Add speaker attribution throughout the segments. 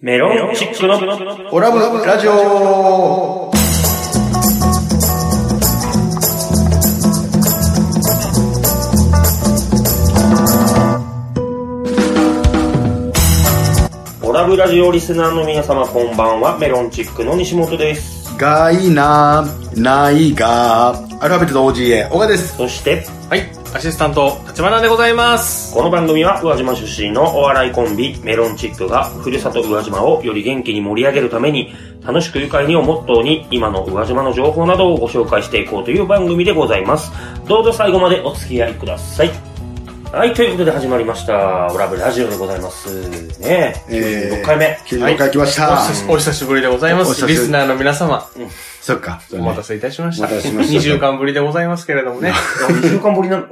Speaker 1: メロンチックの
Speaker 2: オラブラジオ
Speaker 1: オラブラジオリスナーの皆様こんばんは、メロンチックの西本です。
Speaker 2: がいなないがアルファベットの OGA 小川です
Speaker 1: そして、
Speaker 3: はい、アシスタント、立花でございます。
Speaker 1: この番組は宇和島出身のお笑いコンビ、メロンチックが、ふるさと宇和島をより元気に盛り上げるために、楽しく愉快にをモットーに、今の宇和島の情報などをご紹介していこうという番組でございます。どうぞ最後までお付き合いください。はい、ということで始まりました、オラブラジオでございます。ねえ、96回目。
Speaker 2: 96回来ました、
Speaker 3: お久しお久しぶりでございま
Speaker 2: お久し
Speaker 3: す。
Speaker 2: ぶり
Speaker 3: リスナーの皆様、
Speaker 2: そっか
Speaker 3: お待たせいたしました。
Speaker 2: お待たせしました
Speaker 3: 2週間ぶりでございますけれどもね。
Speaker 1: 2週間ぶりなの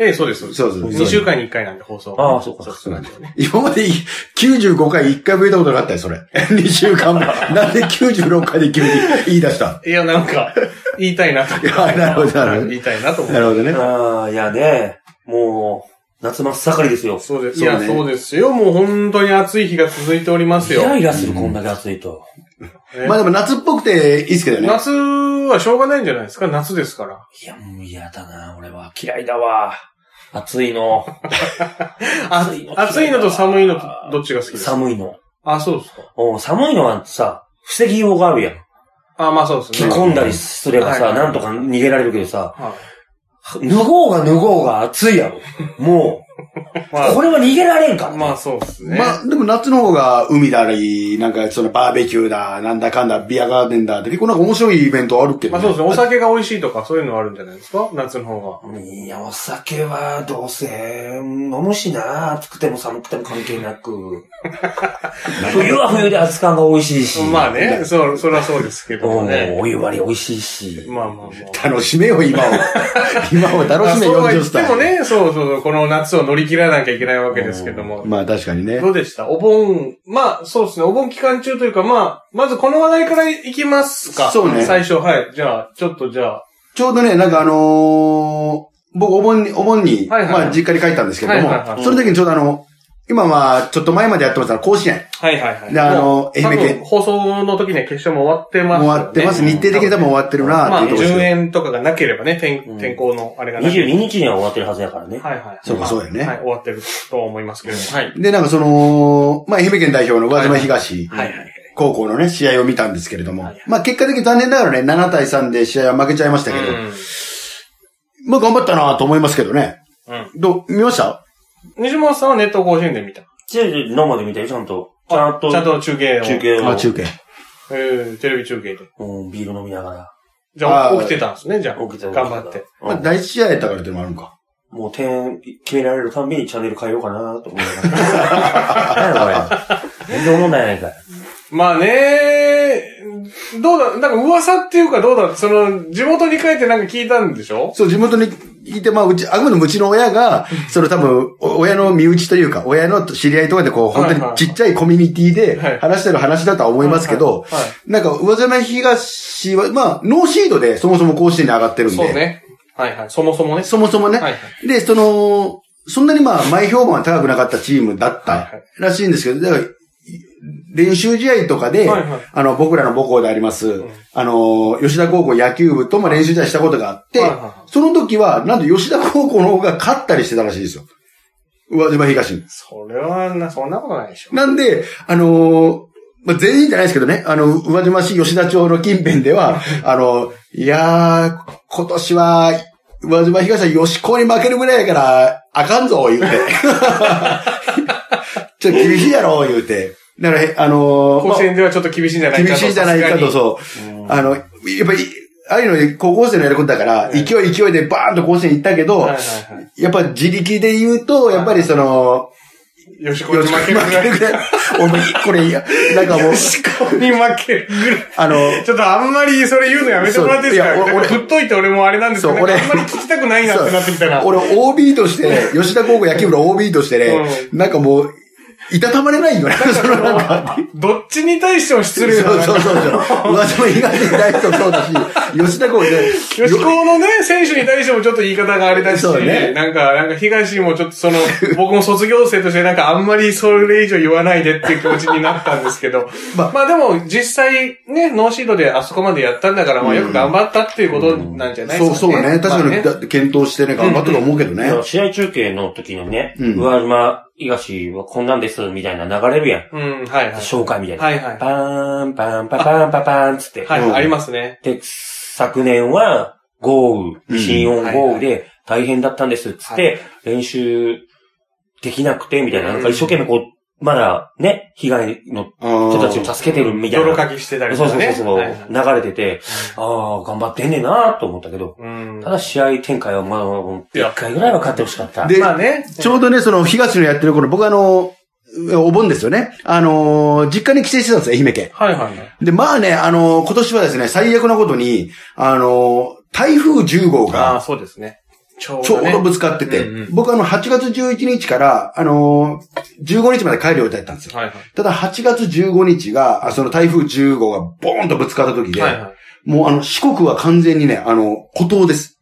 Speaker 3: ええ、そうです、
Speaker 2: そ
Speaker 3: そうう
Speaker 2: そう
Speaker 3: で
Speaker 2: そう
Speaker 3: す。2週間に1回なんで放送。
Speaker 1: ああそうか
Speaker 3: そうなんですよね。
Speaker 2: 今までい95回1回増えたことなかったよそれ 2週間 もなんで96回で急に言い出した
Speaker 3: いや、なんか、言いたいなと。
Speaker 2: いやなるほどなるほど
Speaker 3: 言いたいなと思
Speaker 2: な
Speaker 3: う。
Speaker 2: るほどね
Speaker 1: ああ、いやね、もう、夏真っ盛りですよ。
Speaker 3: そうです。い
Speaker 2: そうね
Speaker 3: や、そうですよ。もう本当に暑い日が続いております
Speaker 1: イ
Speaker 3: よ。
Speaker 1: ライラする、こんだけ暑いと。
Speaker 3: ね
Speaker 2: まあでも夏っぽくていいですけどね
Speaker 3: 夏はしょうがないんじゃないですか夏ですから。
Speaker 1: いや、もう嫌だな、俺は。嫌いだわ。暑いの。
Speaker 3: あ
Speaker 1: 暑いの
Speaker 3: 暑いのと寒いのとどっちが好きですか
Speaker 1: 寒いの。
Speaker 3: あ、そうですか。
Speaker 1: お寒いのはさ、防ぎようがあるやん。
Speaker 3: あ、まあそうです
Speaker 1: 着
Speaker 3: ね。
Speaker 1: 込んだりすればさ、
Speaker 3: うん
Speaker 1: なんとか逃げられるけどさ、
Speaker 3: はい
Speaker 1: 脱ごうが脱ごうが暑いやろ。も
Speaker 3: まあ
Speaker 1: う、これは逃げられんか。
Speaker 3: まあそうですね。
Speaker 2: まあ、でも夏の方が海だり、なんかそのバーベキューだ、なんだかんだ、ビアガーデンだって結構なんか面白いイベントあるけど、
Speaker 3: まあそうですね。お酒が美味しいとかそういうのはあるんじゃないですか夏の方
Speaker 1: いや、お酒はどうせ、飲むしな。暑くても寒くても関係な く。冬は冬で熱感が美味しいし。
Speaker 3: が。まあね、そう、それはそうですけど
Speaker 1: お
Speaker 3: も
Speaker 1: ー
Speaker 3: ね。
Speaker 1: お湯割り美味しいし。
Speaker 3: まあまあまあ。
Speaker 2: 楽しめよ、今 を。今を楽
Speaker 3: まあ
Speaker 2: しめ、
Speaker 3: そうは言
Speaker 2: 40
Speaker 3: って
Speaker 2: 歳。
Speaker 3: もね、そうそうそう、この夏を乗り切らなきゃいけないわけですけども。
Speaker 2: まあ確かにね
Speaker 3: ど。うでしたお盆、まあそうですね、お盆期間中というか、まあ、まずこの話題からいきますか。
Speaker 2: そうね
Speaker 3: 最初、はい。じゃあ、ちょっとじゃあ。
Speaker 2: ちょうどね、なんかあのー僕お盆に、お盆に、
Speaker 3: はいはい
Speaker 2: まあ実家に帰ったんですけども、
Speaker 3: はいはいはい
Speaker 2: その時にちょうどあの、今はちょっと前までやってましたの甲子園。
Speaker 3: はいはいはい。
Speaker 2: で、あ
Speaker 3: もう
Speaker 2: の、愛
Speaker 3: 多
Speaker 2: 媛
Speaker 3: 分
Speaker 2: 県。
Speaker 3: 放送の時には決勝も終わってます
Speaker 2: もう
Speaker 3: よね。
Speaker 2: 終わってます。日程的に多分終わってるな
Speaker 3: ま
Speaker 2: っ
Speaker 3: あ、
Speaker 2: ていうところ
Speaker 3: 10
Speaker 2: ですよ。
Speaker 3: 円とかがなければね、天天候のあれがなければ
Speaker 1: 22日には終わってるはずやからね。
Speaker 3: はいはい。
Speaker 2: そうかそうだよね
Speaker 3: はい、終わってると思いますけれども。はい。
Speaker 2: で、なんかその、まあ愛媛県代表の上島東
Speaker 3: はいはい。
Speaker 2: 高校のね、試合を見たんですけれども
Speaker 3: いはい、
Speaker 2: まあ結果的に残念ながらね、7対3で試合は負けちゃいましたけど、まあ頑張ったなと思いますけどね。
Speaker 3: うん。
Speaker 2: どう、見ました
Speaker 3: うん。西本さんはネット甲子園で見た。
Speaker 1: ちょい生で見たよ、ちゃんと。ちゃんと。
Speaker 3: ちゃんと中継を。
Speaker 1: 中。継を。
Speaker 2: あ、中継。
Speaker 3: えー、テレビ中継で。
Speaker 1: うん、ビール飲みながら。
Speaker 3: じゃ
Speaker 2: あ
Speaker 3: あ、
Speaker 2: ー
Speaker 3: 起きてたんですね、じゃあ。
Speaker 1: 起きて
Speaker 3: 頑張って。。
Speaker 1: う
Speaker 2: まあ
Speaker 1: ん
Speaker 2: 第一試合やったからっていうのもあるんか。
Speaker 1: もう点決められるたんびにチャンネル変えようかなと思いなが ら。何やこれ。全然思んないやないかい。
Speaker 3: まあねどうだ、なんか噂っていうかどうだ、その、地元に帰ってなんか聞いたんでしょ
Speaker 2: そう、地元に聞いて、まあ、うち、あくまでもうちの親が、その多分、お親の身内というか、親の知り合いとかで、こう、
Speaker 3: はい
Speaker 2: 本
Speaker 3: はい
Speaker 2: 当にちっちゃいコミュニティ
Speaker 3: はい
Speaker 2: で話してる話だとは思いますけど
Speaker 3: はいはいは、
Speaker 2: なんか、上島東は、まあ、ノーシードでそもそも甲子園に上がってるん
Speaker 3: そう
Speaker 2: で、
Speaker 3: ね。はいはい。そもそもね。
Speaker 2: そもそもね
Speaker 3: はいは、
Speaker 2: で、その、そんなにまあ、前評判は高くなかったチームだったらしいんですけど、だから、練習試合とかで、
Speaker 3: はいはい
Speaker 2: あの、僕らの母校であります、あの、吉田高校野球部とも練習試合したことがあって、
Speaker 3: はいはいは
Speaker 2: その時は、なんと吉田高校の方が勝ったりしてたらしいですよ。上島東に。
Speaker 3: それはな、そんなことないでしょ。
Speaker 2: なんで、あのーまあ、全員じゃないですけどね、あの、上島市吉田町の近辺では、あの、いやー、今年は、上島東は吉高に負けるぐらいやから、あかんぞ、言うて。 ちょっと厳しいやろ、言うて。だから、へあのーまあ
Speaker 3: 甲子園ではちょっと厳しいんじゃないかと。
Speaker 2: 厳しいじゃないかと、
Speaker 3: さすがに
Speaker 2: そう。あの、やっぱり、ああいうの高校生のやることだから、勢い勢いでバーンと甲子園行ったけど、
Speaker 3: はいはいはい。
Speaker 2: やっぱ自力で言うと、やっぱりその、
Speaker 3: 吉子に負けるぐらい。
Speaker 2: 負けるぐらい。お前、これいや、なんかもう、
Speaker 3: に負けるぐらい。
Speaker 2: あの、
Speaker 3: ちょっとあんまりそれ言うのやめてもらっていいです
Speaker 2: そういや
Speaker 3: か
Speaker 2: 俺俺
Speaker 3: 振っといて俺もあれなんですけど、
Speaker 2: そう
Speaker 3: なんか
Speaker 2: 俺
Speaker 3: あんまり聞きたくないなってなってきたら。
Speaker 2: 俺 OB として、吉田高校野球部の OB としてね、なんかもう、いたたまれないよね。 そのなんか、
Speaker 3: どっちに対しても失礼だ
Speaker 2: そう
Speaker 3: な。
Speaker 2: そうそうそう。上島東に対してもそうだし、吉田剛ね。
Speaker 3: 吉高のね、選手に対してもちょっと言い方があれだし、
Speaker 2: そうね
Speaker 3: なんか、なんか東もちょっ とその、僕も卒業生としてなんかあんまりそれ以上言わないでっていう気持ちになったんですけど、
Speaker 2: ま
Speaker 3: ま
Speaker 2: あ
Speaker 3: あ、でも実際ね、ノーシードであそこまでやったんだから、まあよく頑張ったっていうことなんじゃないで
Speaker 2: そう
Speaker 3: す
Speaker 2: そ
Speaker 3: か
Speaker 2: う
Speaker 3: ね。
Speaker 2: ね。確かに、だ
Speaker 3: まあ
Speaker 2: っ
Speaker 3: ね
Speaker 2: て検討してね、頑張ったと思うけどね。
Speaker 1: 試合中継の時のね、
Speaker 2: うん
Speaker 1: 上島東はこんなんです、みたいな流れるやん。
Speaker 3: うん、はいはい。
Speaker 1: 紹介みたいな。
Speaker 3: はいはい。
Speaker 1: パーン、パン、パパン、パパン、つって。
Speaker 3: はい、
Speaker 2: うん
Speaker 3: ありますね。
Speaker 1: で、昨年は豪
Speaker 2: うん
Speaker 1: 雨、新音豪
Speaker 3: は
Speaker 1: 雨で大変だったんですっつっ
Speaker 3: は
Speaker 1: て、練習できなくてみたいな、
Speaker 3: うん
Speaker 1: なんか一生懸命こう、まだね、被害の人たちを助けてるみたい
Speaker 3: 泥
Speaker 1: な。
Speaker 3: かきしてたりと
Speaker 1: そう
Speaker 3: か
Speaker 1: そう
Speaker 3: ね。
Speaker 1: そうそう、
Speaker 3: はいはい
Speaker 1: 流れてて、ああ、頑張ってんねえなーと思ったけど、
Speaker 3: うん
Speaker 1: ただ試合展開はまあ、
Speaker 3: いや
Speaker 1: 1回ぐらいは勝ってほしかった。
Speaker 2: で、
Speaker 3: まあね。
Speaker 2: ちょうどね、その、東のやってる頃、僕あの、お盆ですよね。あのー、実家に帰省してたんですよ、愛媛県。
Speaker 3: はいはいはい。
Speaker 2: で、まあね、あのー、今年はですね、最悪なことに、あのー、台風10号
Speaker 3: ああ、
Speaker 2: が、
Speaker 3: そうですね。ちょう
Speaker 2: ちょ
Speaker 3: ど
Speaker 2: う
Speaker 3: ね
Speaker 2: どぶつかってて、
Speaker 3: うんうん
Speaker 2: 僕あの、8月11日から、あのー、15日まで帰る予定だったんですよ。
Speaker 3: はいは
Speaker 2: ただ、8月15日が、あその台風10号がボーンとぶつかった時
Speaker 3: い。
Speaker 2: で、
Speaker 3: はいはい。
Speaker 2: もうあの、四国は完全にね、あの、孤島です。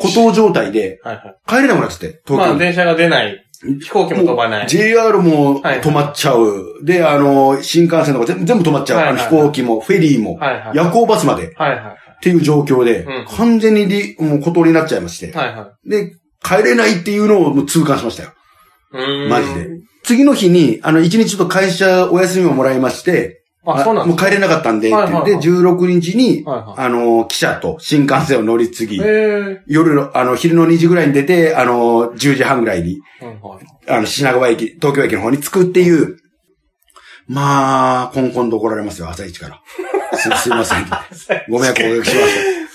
Speaker 2: 孤島状態で、
Speaker 3: はいはい。
Speaker 2: 帰れなくなっちゃって、東京に。
Speaker 3: まあ、電車が出ない。飛行機も飛ばない。
Speaker 2: JR も
Speaker 3: はい
Speaker 2: 止まっちゃう。で、あの、新幹線とか全全部止まっちゃう。
Speaker 3: はいはい
Speaker 2: あの飛行機も、フェリーも、
Speaker 3: はいはい。
Speaker 2: 夜行バスまでっ
Speaker 3: はいは
Speaker 2: ていう状況で、
Speaker 3: うん
Speaker 2: 完全にりもう孤島になっちゃいまして
Speaker 3: い。。はいは
Speaker 2: で、帰れないっていうのをもう痛感しましたよ。
Speaker 3: い。うーん
Speaker 2: マジで。次の日に、あの、一日ちょっと会社お休みをもらいまして、
Speaker 3: あ、そうなん
Speaker 2: も
Speaker 3: で
Speaker 2: う
Speaker 3: す
Speaker 2: 帰れなかったんで、って
Speaker 3: はいはいはい
Speaker 2: で、16日に、
Speaker 3: はいは
Speaker 2: あの、汽車と新幹線を乗り継ぎ
Speaker 3: い。、え
Speaker 2: 夜の、あの、昼の2時ぐらいに出て、あの、10時半ぐらいに、
Speaker 3: え。うんはい
Speaker 2: あの、品川駅、東京駅の方に着くっていう。まあ、コンコンと怒られますよ、朝一から。す、すいませ ん。ご迷惑おかけし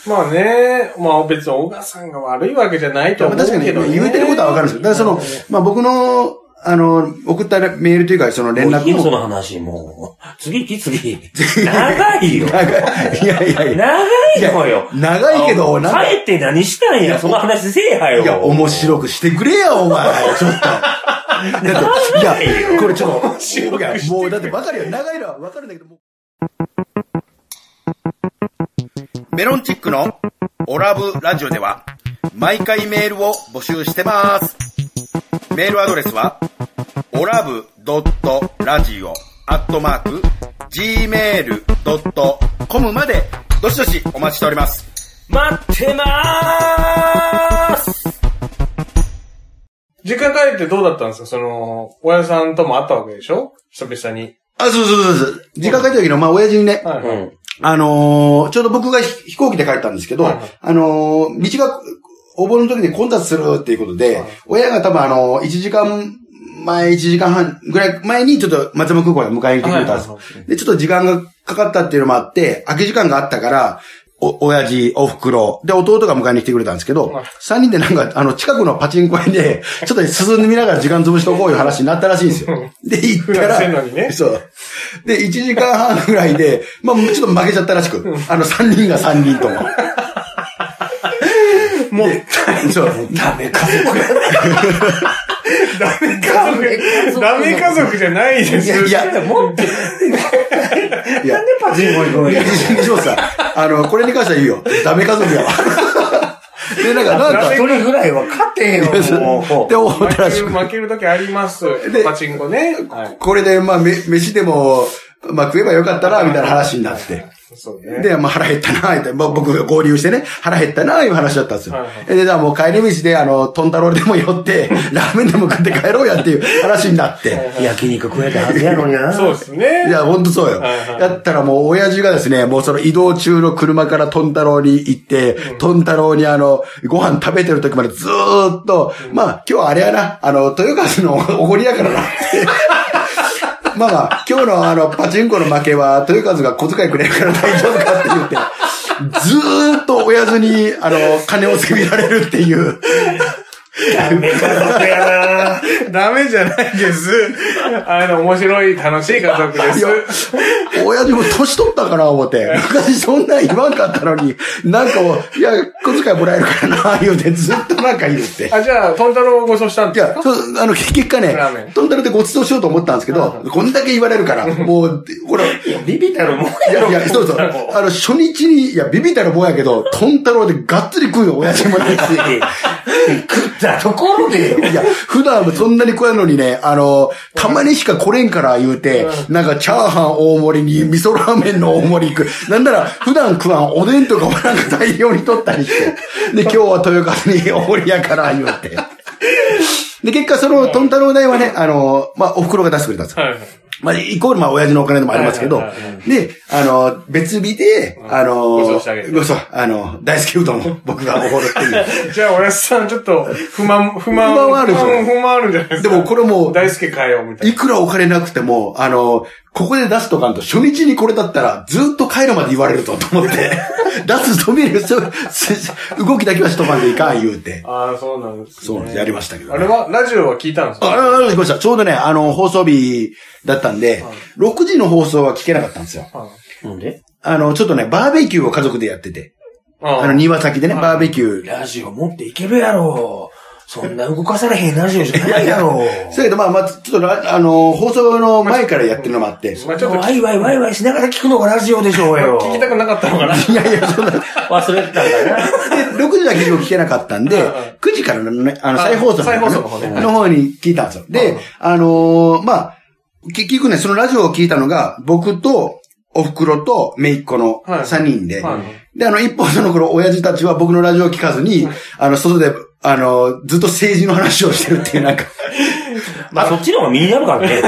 Speaker 2: まし
Speaker 3: まあね、まあ別に小川さんが悪いわけじゃない
Speaker 2: た。ま
Speaker 3: と思
Speaker 2: あ
Speaker 3: う
Speaker 2: 確かに、
Speaker 3: けどね。
Speaker 2: 言うてることはわかるんですけど、だからその、まあ僕の、あの、送ったメールというか、その連
Speaker 1: もうい
Speaker 2: 絡
Speaker 1: いよその
Speaker 2: も。
Speaker 1: 話、もう。次行き、次。長いよ。
Speaker 2: 長いいやいやいや。
Speaker 1: 長いのよ。
Speaker 2: 長いけど、なんか、
Speaker 1: 帰って何したんや、その話せえはいよ。
Speaker 2: や、面白くしてくれよ、お前。ちょ っと。だって、いや、これちょっと、いやもうだってばかりは長いのはわかるんだけど、もうメロンチックのオラブラジオでは、毎回メールを募集してます。メールアドレスは、オラブドットラジオアットマーク、gmail.com まで、どしどしお待ちしております。
Speaker 1: 待ってまーす
Speaker 3: 実家帰ってどうだったんですかその、親さんとも会ったわけでしょ久々に。
Speaker 2: あ、そうそうそうそう。実家帰った時の、まあ、親父にね、
Speaker 3: はいは
Speaker 1: う
Speaker 3: い。
Speaker 1: ん。
Speaker 2: あのーちょうど僕がひ飛行機で帰ったんですけど、
Speaker 3: はいはい
Speaker 2: あのー道がお盆の時に混雑するっていうことで、
Speaker 3: はい
Speaker 2: 親が多分あのー、1時間前、1時間半ぐらい前にちょっと松山空港で迎えに来てくれたんです。
Speaker 3: はいはい
Speaker 2: で、ちょっと時間がかかったっていうのもあって、空き時間があったから、お、親父、お袋、で、弟が迎えに来てくれたんですけど
Speaker 3: はい、
Speaker 2: 三人でなんか、あの、近くのパチンコ屋で、ちょっと進んでみながら時間潰しとこういう話になったらしいんですよ。で、行った
Speaker 3: 普段
Speaker 2: ら、
Speaker 3: してんのにね
Speaker 2: そう。で、1時間半ぐらいで、まあ、ちょっと負けちゃったらしく、あの、3人が3人とも。
Speaker 3: もう、
Speaker 2: そう。
Speaker 1: ダメ家族
Speaker 3: ダメ家族、ダメ家族じゃないですよ。
Speaker 2: いやいや
Speaker 3: もう、
Speaker 2: いや、
Speaker 1: パチンコ行くのに。
Speaker 2: ジョーさん、あの、これに関してはいいよ。ダメ家族やわ。で、なんか、なんか、
Speaker 1: 一人ぐらいは勝てへんよ、も
Speaker 2: って
Speaker 1: う。
Speaker 2: 思っ
Speaker 3: 負
Speaker 2: たらし
Speaker 3: ける、
Speaker 2: く。
Speaker 3: 負ける時あります
Speaker 2: で。
Speaker 3: パチンコね。はい。
Speaker 2: これで、まあ、め、飯でも、まあ、食えばよかったな、みたいな話になって。
Speaker 3: そうね。
Speaker 2: で、まあ、腹減ったな、って、まあ、僕が合流してね、腹減ったな、いう話だったんですよ。
Speaker 3: はいはい
Speaker 2: で、じゃあもう帰り道で、あの、トンタローでも寄って、ラーメンでも食って帰ろうやっていう話になって。
Speaker 1: 焼肉食えたはずやのにな。
Speaker 3: そうですね。
Speaker 2: いや、ほんとそうよ。
Speaker 3: はいはい
Speaker 2: やったらもう、親父がですね、もうその移動中の車からトンタローに行って、トンタローにあの、ご飯食べてる時までずーっと、まあ、今日はあれやな、あの、豊川の おごりやからなって。まあまあ、今日のあの、パチンコの負けは、豊和が小遣いくれるから大丈夫かって言って、ずーっと親父に、あの、金をせびられるっていう。
Speaker 1: ダメ家族やな。
Speaker 3: ダメじゃないです。あの、面白い、楽しい家族です。
Speaker 2: 親父も年取ったかな、思って。昔そんなん言わんかったのに、なんかもう、いや、小遣いもらえるからな、言うて、ずっとなんか言うて。
Speaker 3: あ、じゃあ、トンタロウをご馳走したん
Speaker 2: い
Speaker 3: です
Speaker 2: や
Speaker 3: か、
Speaker 2: そう、あの、結結果ね
Speaker 3: ラーメン、
Speaker 2: トンタルでご馳走しようと思ったんですけど、こんだけ言われるから、もう、ほら、い
Speaker 1: ビビたるもんや
Speaker 2: や、
Speaker 1: ろ。
Speaker 2: いや、そうそう。あの、初日に、いや、ビビったらもんやけど、トンタロウでがっつり食うよ、親父もなんか。
Speaker 1: 食ったところでよ。
Speaker 2: いや、普段はそんなに食わんのにね、あの、たまにしか来れんから言うて、なんかチャーハン大盛りに味噌ラーメンの大盛り行く。なんなら、普段食わんおでんとかもなんか大量に取ったりして。で、今日は豊川に大盛りやから言うて。で、結果その、トンタロウ代はね、あの、まあ、お袋が出してくれたんですよ
Speaker 3: はい。
Speaker 2: まあ、イコール、まあ、親父のお金でもありますけど
Speaker 3: はいはいはい、
Speaker 2: で、あの、別日で、あの、
Speaker 3: ご馳走してあげて
Speaker 2: ご馳走あの、大好きうどんを僕がおごるっていう。
Speaker 3: じゃあ、おやすさん、ちょ っと、不満、不満、
Speaker 2: 不満はあるでしょ
Speaker 3: 不満あるんじゃないです
Speaker 2: で
Speaker 3: か。
Speaker 2: も、これも、
Speaker 3: 大輔かよ、みたい
Speaker 2: いくらお金なくても、あの、ここで出すとかんと、初日にこれだったら、ずっと帰るまで言われるとと思って、 出す止める、そうす 動きだけはしとまんでいかん言うて、
Speaker 3: な。ああ、そうなんです、ね。
Speaker 2: そうなんです、やりましたけど、
Speaker 3: あれ
Speaker 2: ね。
Speaker 3: は、ラジオは聞いたんです
Speaker 2: あ、
Speaker 3: か
Speaker 2: あ、あ、聞きました。ちょうどね、あの、放送日だったんで、6時の放送は聞けなかったんですよ。
Speaker 3: あ
Speaker 1: なんで
Speaker 2: あの、ちょっとね、バーベキューを家族でやってて、
Speaker 3: あ
Speaker 2: あの、庭先でね、バーベキュー
Speaker 1: ラジオ持っていけるやろ。そんな動かされへんラジオじゃないやろ。
Speaker 2: そうやけど、まあ、まあ、ちょっとラ、あの、放送の前からやってるのもあって、
Speaker 3: まあ、ちょっと
Speaker 1: ワ
Speaker 3: 聞
Speaker 1: イワイワイワイしながら聞くのがラジオでしょうよ。
Speaker 3: きたくなかったのかな。
Speaker 2: いやいや、そんな、
Speaker 1: 忘れてたんだな。
Speaker 2: で、6時は結局聞けなかったん で、9時からのね、あの、
Speaker 3: あ
Speaker 2: 再放送の
Speaker 3: 再放送の方ね
Speaker 2: の方に聞いたんですよ。で、あのーまあ、結局ね、そのラジオを聞いたのが、僕と、お袋と、めいっ子の
Speaker 3: はい
Speaker 2: 3人で、
Speaker 3: は
Speaker 2: で、あの、一方その頃、親父たちは僕のラジオを聞かずに、あの、外で、あの、ずっと政治の話をしてるっていう、 なんか、
Speaker 1: まあそっちの方が身になるからね。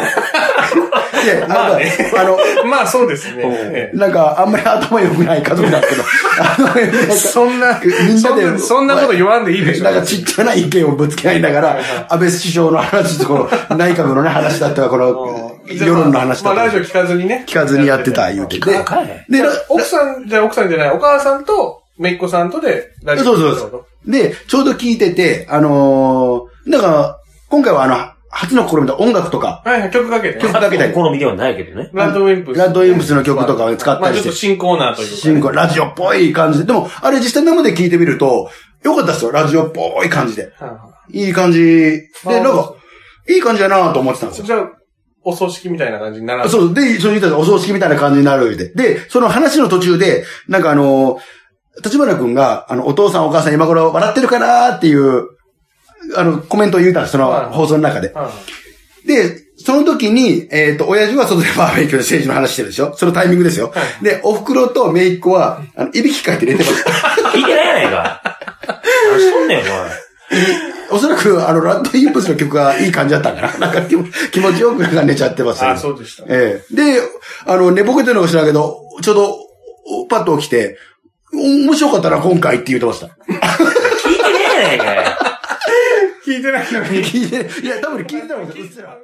Speaker 2: いや、なんか、あの、
Speaker 3: まあ、そうですね。
Speaker 1: うん
Speaker 3: ええ
Speaker 2: なんか、あんまり頭良くない家族なん ですけど、頭良くないか
Speaker 3: そんな、
Speaker 2: みん
Speaker 3: そ
Speaker 2: なんで
Speaker 3: な、そんなこと言わんでいいでしょ。
Speaker 2: なんかちっちゃな意見をぶつけ合いながら、安倍首相の話と、この内閣のね、話だったら、この、
Speaker 3: じゃあ
Speaker 2: 世論の話
Speaker 3: ま
Speaker 2: だ
Speaker 3: あ、
Speaker 2: っ
Speaker 3: まあ
Speaker 2: た
Speaker 3: ラジオ
Speaker 2: ら、
Speaker 3: 聞かずにね。
Speaker 2: 聞かずにやってた言うてて。
Speaker 1: あかんやん
Speaker 2: で、ら
Speaker 3: 奥さん、じゃあ奥さんじゃない、お母さんと、めいっ子さんとで、ラジ
Speaker 2: そ
Speaker 3: オ
Speaker 2: うそうそう。で、ちょうど聞いてて、あのー、なんか、今回はあの、初の試みた音楽とか、
Speaker 3: はいはい、曲かけて。
Speaker 2: 曲かけたり、
Speaker 1: 好みではないけどね。
Speaker 3: ラッドウィンプス。
Speaker 2: ラッドウィンプスの曲とかを使ったりして
Speaker 3: まあちょっと新コーナーというか。
Speaker 2: 進行、ラジオっぽい感じで、でも、あれ実際生で聞いてみると、よかったですよ、ラジオっぽい感じで。
Speaker 3: はいはい
Speaker 2: い感じ。で、
Speaker 3: あー
Speaker 2: なんか、いい感じだなと思ってたんですよ
Speaker 3: いじゃあ、お葬式みたいな感じにならない
Speaker 2: そう、で、その人たちお葬式みたいな感じになるで。で、その話の途中で、なんかあの、立花くんが、あの、お父さんお母さん今頃笑ってるかなっていう、あの、コメントを言うたんです、そ
Speaker 3: はい
Speaker 2: の放送の中で。
Speaker 3: はいはい
Speaker 2: で、その時に、えっ、と、親父は外でバーベキューで政治の話してるでしょそのタイミングですよ。で、お袋と姪っ子は、あの、いびきかいて寝てます。
Speaker 1: 聞いてないやないか。何しとんねん、お前。
Speaker 2: おそらく、あの、ラッドインプスの曲がいい感じだったんか な。なんか気も気持ちよくなんか寝ちゃってますよ
Speaker 3: あ、そうでした。
Speaker 2: ええ。で、あの、寝ぼけてるのか知らんけど、ちょうど、おパッと起きて、お面白かったな、今回って言ってました。
Speaker 1: 聞いてねえやないかよ。
Speaker 3: 聞いてないのに。
Speaker 2: 聞いて、いや、多分聞いてたもん、うっすら。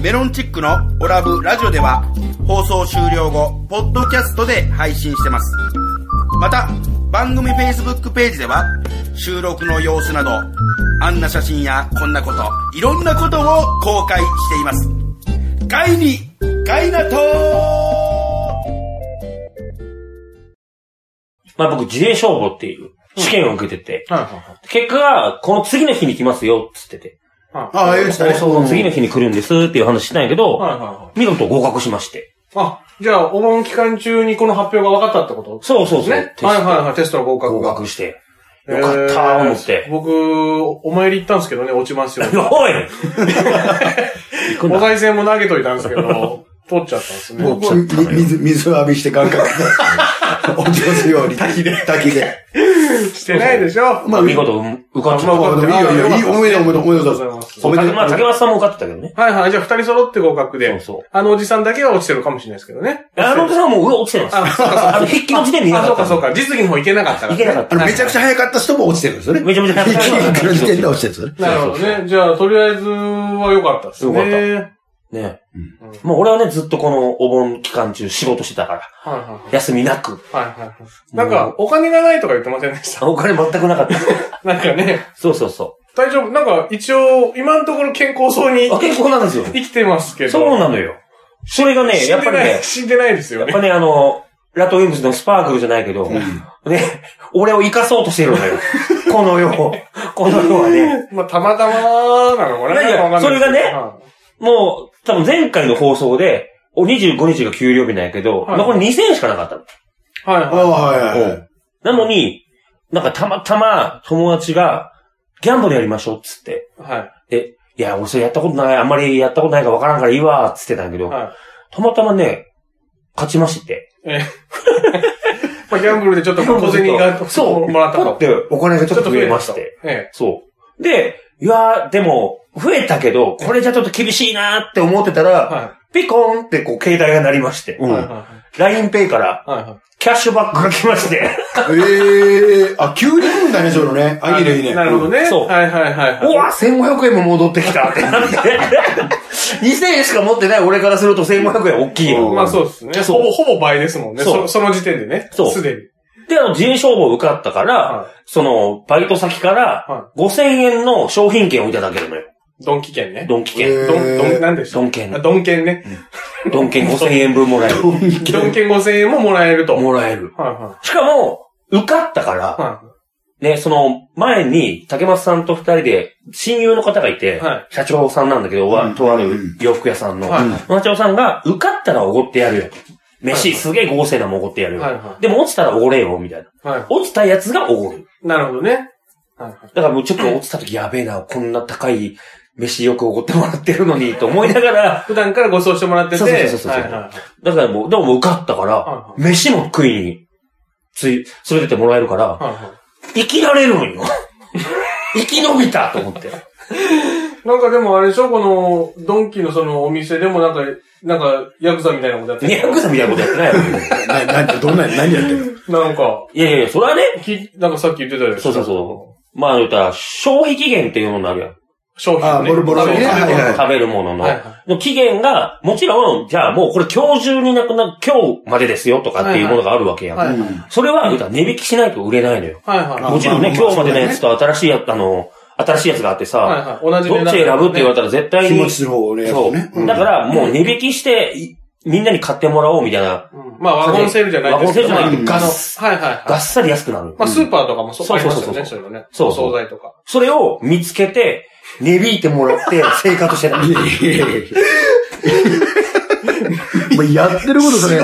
Speaker 2: メロンチックのオラブラジオでは、放送終了後、ポッドキャストで配信してます。また、番組 Facebook ページでは、収録の様子など、あんな写真やこんなこと、いろんなことを公開しています。ガイに、ガイナトー
Speaker 1: まあ僕、自衛消防っていう試験を受けてて、
Speaker 3: はいは
Speaker 1: 結果が、この次の日に来ますよ、つってて。
Speaker 3: いはい。
Speaker 2: ああ、言うてたね。
Speaker 1: 放送の次の日に来るんですっていう話したんやけど、
Speaker 3: はいはいはい。
Speaker 1: 見事合格しまして。
Speaker 3: あ、じゃあ、お盆期間中にこの発表が分かったってこと
Speaker 1: そうそうそう。
Speaker 3: ね
Speaker 1: テ。スト
Speaker 3: はいはいはい、テストの合格
Speaker 1: 合
Speaker 3: が。
Speaker 1: 格して。よかったー、思っ
Speaker 3: えー
Speaker 1: て。
Speaker 3: 僕、お参り行ったんですけどね、落ちますよ。
Speaker 1: おい 行くん
Speaker 3: お
Speaker 1: だ。
Speaker 3: 賽銭も投げといたんですけ ど、取っちゃったんですね。
Speaker 2: もう、み水、水を浴びして感 覚で。落ちますように。滝で。滝で。
Speaker 3: してないでしょ。
Speaker 2: まあ、
Speaker 1: 見事、受かっち
Speaker 2: まあ
Speaker 1: ゃっ
Speaker 2: まあ、でもいいよ、いいよいいよ。おめでとう、おめでとう、おめでとうございます。おめ
Speaker 1: た。
Speaker 2: でとう
Speaker 1: まあ、
Speaker 2: ござ
Speaker 1: 竹
Speaker 2: いま
Speaker 1: 松
Speaker 2: す。
Speaker 1: さんも受かってたけどね。
Speaker 3: はいはい。じゃあ、二人揃って合格
Speaker 1: そう
Speaker 3: で。
Speaker 1: そう。
Speaker 3: あのおじさんだけは落ちてるかもしれないですけどね。
Speaker 1: あのお父さんはもう上落ちてます。
Speaker 3: あそうかそうか
Speaker 1: あの、筆記の時点で見な
Speaker 3: あ、
Speaker 1: か
Speaker 3: そう
Speaker 1: っ
Speaker 3: か
Speaker 1: た。
Speaker 3: そうか。実技の方行けなかったから、
Speaker 1: いけなかった
Speaker 2: あ。の、めちゃくちゃ早かった人も落ちてるんですよね。
Speaker 1: めちゃめちゃ早かった
Speaker 2: 一気に時点で落ちてるんですよね。
Speaker 3: なるほどね。じゃあ、とりあえずは良かったですね。
Speaker 1: 良かった
Speaker 3: はい
Speaker 1: ね。
Speaker 3: うん
Speaker 1: もう俺はね、ずっとこのお盆期間中仕事してたから、
Speaker 3: は
Speaker 1: 休みなく。
Speaker 3: いはい。はいはいはい。なんか、お金がないとか言ってませんでした。
Speaker 1: お金全くなかった。
Speaker 3: なんかね、
Speaker 1: そうそうそ
Speaker 3: 大丈夫。なんか、一応、今のところ健康そうに
Speaker 1: あ、健康なんですよ。
Speaker 3: 生きてますけど。
Speaker 1: そうなのよ。それがね、
Speaker 3: 死
Speaker 1: や
Speaker 3: ん
Speaker 1: っぱ
Speaker 3: で
Speaker 1: り
Speaker 3: な
Speaker 1: ね
Speaker 3: い、、死んでない ですよ
Speaker 1: や
Speaker 3: ね
Speaker 1: っ。ぱね、あの、ラトウィンズのスパークルじゃないけど、ね、俺を生かそうとしてるのよ。 この世を。この世はね。
Speaker 3: まあ、たまたまなのかな。
Speaker 1: いやいや
Speaker 3: なんかわかんないですけど
Speaker 1: それがねもう、多分前回の放送で、お25日が給料日なんやけど、
Speaker 3: はい
Speaker 1: 残り2000円しかなかったの。
Speaker 3: はい
Speaker 2: あ
Speaker 3: はい
Speaker 2: あ、はいはいはい。
Speaker 1: なのに、なんかたまたま友達が、ギャンブルやりましょうっつって。
Speaker 3: はい。
Speaker 1: で、いや、俺それやったことない、あんまりやったことないからわからんからいいわ、っつってたんやけど、
Speaker 3: はい。
Speaker 1: たまたまね、勝ちまして。
Speaker 3: まあ、ギャンブルでちょっと小銭が、
Speaker 1: そう、
Speaker 3: もらった
Speaker 1: ポッ
Speaker 3: と。
Speaker 1: てお金がちょっと増えまして。
Speaker 3: え
Speaker 1: そう。で、いやー、でも、増えたけど、これじゃちょっと厳しいなーって思ってたら、
Speaker 3: え。は
Speaker 1: ピコーンってこう、携帯が鳴りまして、
Speaker 3: い。
Speaker 2: う
Speaker 3: はい。
Speaker 2: ん。
Speaker 3: は
Speaker 1: LINEPay から、
Speaker 3: い。はい。
Speaker 1: キャッシュバックが来まして、
Speaker 2: ええあ、急に来るんだね、そういうのね。あ、いいね、いいね。
Speaker 3: なるほどね。
Speaker 1: そう
Speaker 3: はいはいはいはい。
Speaker 1: うわ、1500円も戻ってきたってなって、2000円しか持ってない俺からすると1500円大きいよ。
Speaker 2: うん
Speaker 3: まあそうですね。
Speaker 1: そう
Speaker 3: ほぼ、ほぼ倍ですもんね。
Speaker 1: そう
Speaker 3: そその時点でね。
Speaker 1: そう
Speaker 3: すでに。
Speaker 1: で、あの、人商法受かったから、
Speaker 3: は
Speaker 1: その、バイト先から
Speaker 3: は、
Speaker 1: 5000円の商品券をいただけるのよ。
Speaker 3: い。ドンキ券ね。
Speaker 1: ドンキ
Speaker 2: へ
Speaker 1: 券。
Speaker 2: ー
Speaker 3: ドン、ドン、なんでし
Speaker 1: ド
Speaker 3: ょ
Speaker 1: ン券。
Speaker 3: ドン券ね。
Speaker 1: ドン券5000円分もらえる。
Speaker 3: ドン券5000円ももらえると。はい
Speaker 1: もらえる。
Speaker 3: は
Speaker 1: しかも、受かったから
Speaker 3: い。、は
Speaker 1: ね、その前に、竹松さんと二人で、親友の方がいて、
Speaker 3: は
Speaker 1: 社長さんなんだけど、
Speaker 2: うん
Speaker 1: わとある
Speaker 2: うん
Speaker 1: 洋服屋さんの、
Speaker 3: はい
Speaker 1: 社長さんが、受かったらおごってやるよ。飯、
Speaker 3: はい
Speaker 1: すげえ豪勢なもんおごってやる
Speaker 3: い。
Speaker 1: よ。
Speaker 3: はいは
Speaker 1: でも落ちたらおごれよ、みたいな。
Speaker 3: い。は
Speaker 1: 落ちたやつがおごる。
Speaker 3: い。なるほどね。はいはい。
Speaker 1: だからもうちょっと落ちた時やべえな、こんな高い飯よくおごってもらってるのに、と思いながら、
Speaker 3: 普段からご馳走してもらってて。
Speaker 1: そうそうそうそう
Speaker 3: はいはいはい。
Speaker 1: だからもう、でももう受かったか
Speaker 3: は
Speaker 1: ら、
Speaker 3: い
Speaker 1: 飯も食いに、つい、連れてってもらえるから、
Speaker 3: はいは
Speaker 1: 生きられるのよ。 生き延びたと思って。
Speaker 3: いなんかでもあれでしょこの、ドンキのそのお店でもなんか、なんか、ヤクザみたいなことやってる
Speaker 1: ヤクザみ たいなことやってないよ。
Speaker 2: な、な、どんな、何やってるの
Speaker 3: なんか、
Speaker 1: いやいやいや、それはね、
Speaker 3: き、なんかさっき言ってたやつ。
Speaker 1: そうそうそまあ言ったら、消費期限っていうものになるやん。
Speaker 3: う。商品
Speaker 2: あ
Speaker 3: ね。
Speaker 2: ボロボロ
Speaker 3: 食べ
Speaker 2: ね
Speaker 3: 物
Speaker 2: はいはい
Speaker 1: 食べるものの。
Speaker 3: はいは
Speaker 1: の期限が、もちろん、じゃあもうこれ今日中になくなる、今日までですよとかっていうものがあるわけやん。
Speaker 3: はいはい
Speaker 1: それは、言うたら値引きしないと売れないのよ。
Speaker 3: はいはい。
Speaker 2: あ
Speaker 1: もちろんね、
Speaker 2: まあまあ
Speaker 1: 今日までのやつと新しいやつ、あの、新しいやつがあってさ、
Speaker 3: はいはい。同じ
Speaker 1: どっち選ぶって言われたら絶対
Speaker 2: 気
Speaker 1: に、
Speaker 2: 持ちの方ね。
Speaker 1: そう。
Speaker 2: ね。
Speaker 1: だから、もう値引きして、いみんなに買ってもらおうみたいな、
Speaker 3: うんまあ、ワゴンセールじゃないで
Speaker 1: ワ
Speaker 2: ゴ
Speaker 3: すけど。
Speaker 2: ンセールじゃない
Speaker 3: まあ
Speaker 1: ガ
Speaker 3: あの
Speaker 1: ス
Speaker 3: はいはい
Speaker 1: が
Speaker 3: は
Speaker 1: っ
Speaker 3: い。
Speaker 1: さり安くなる。
Speaker 3: まあ、スーパーとかもそう、
Speaker 1: そう
Speaker 3: あり
Speaker 1: そうそう
Speaker 3: ます
Speaker 1: そ
Speaker 3: よ
Speaker 1: う
Speaker 3: ね、そういうのね。
Speaker 1: そう
Speaker 3: お
Speaker 1: そう
Speaker 3: 惣菜とか。
Speaker 1: それを見つけて、値引いてもら って生活してた。
Speaker 2: いやいやいやいやもうやってることそれ。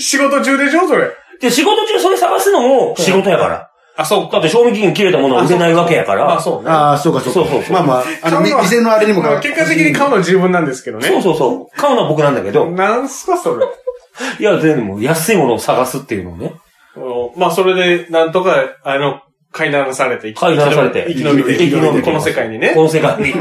Speaker 3: 仕事中でしょそれ。
Speaker 1: で、仕事中それ探すのも仕事やから。
Speaker 3: あ、そう
Speaker 1: だっ
Speaker 3: か。
Speaker 1: て賞味期限切れたものは売れないわけやか
Speaker 3: あ、
Speaker 1: ら。
Speaker 3: そうね。
Speaker 2: ああ、そうかそうか。
Speaker 1: そうそうそう
Speaker 2: まあまあ、あの、み店のあれにも
Speaker 3: まあ結果的に買うのは自分なんですけど
Speaker 1: そう
Speaker 3: ね。
Speaker 1: そうそう。買うのは僕なんだけど。
Speaker 3: なんすか、それ。
Speaker 1: いや、全部安いものを探すっていうのをね。
Speaker 3: まあ、それで、なんとか、あの、買い流されて、
Speaker 1: 買い流されて
Speaker 3: 生き延びて、
Speaker 2: 生き延びて
Speaker 3: この世界にね
Speaker 1: こ。の世界に。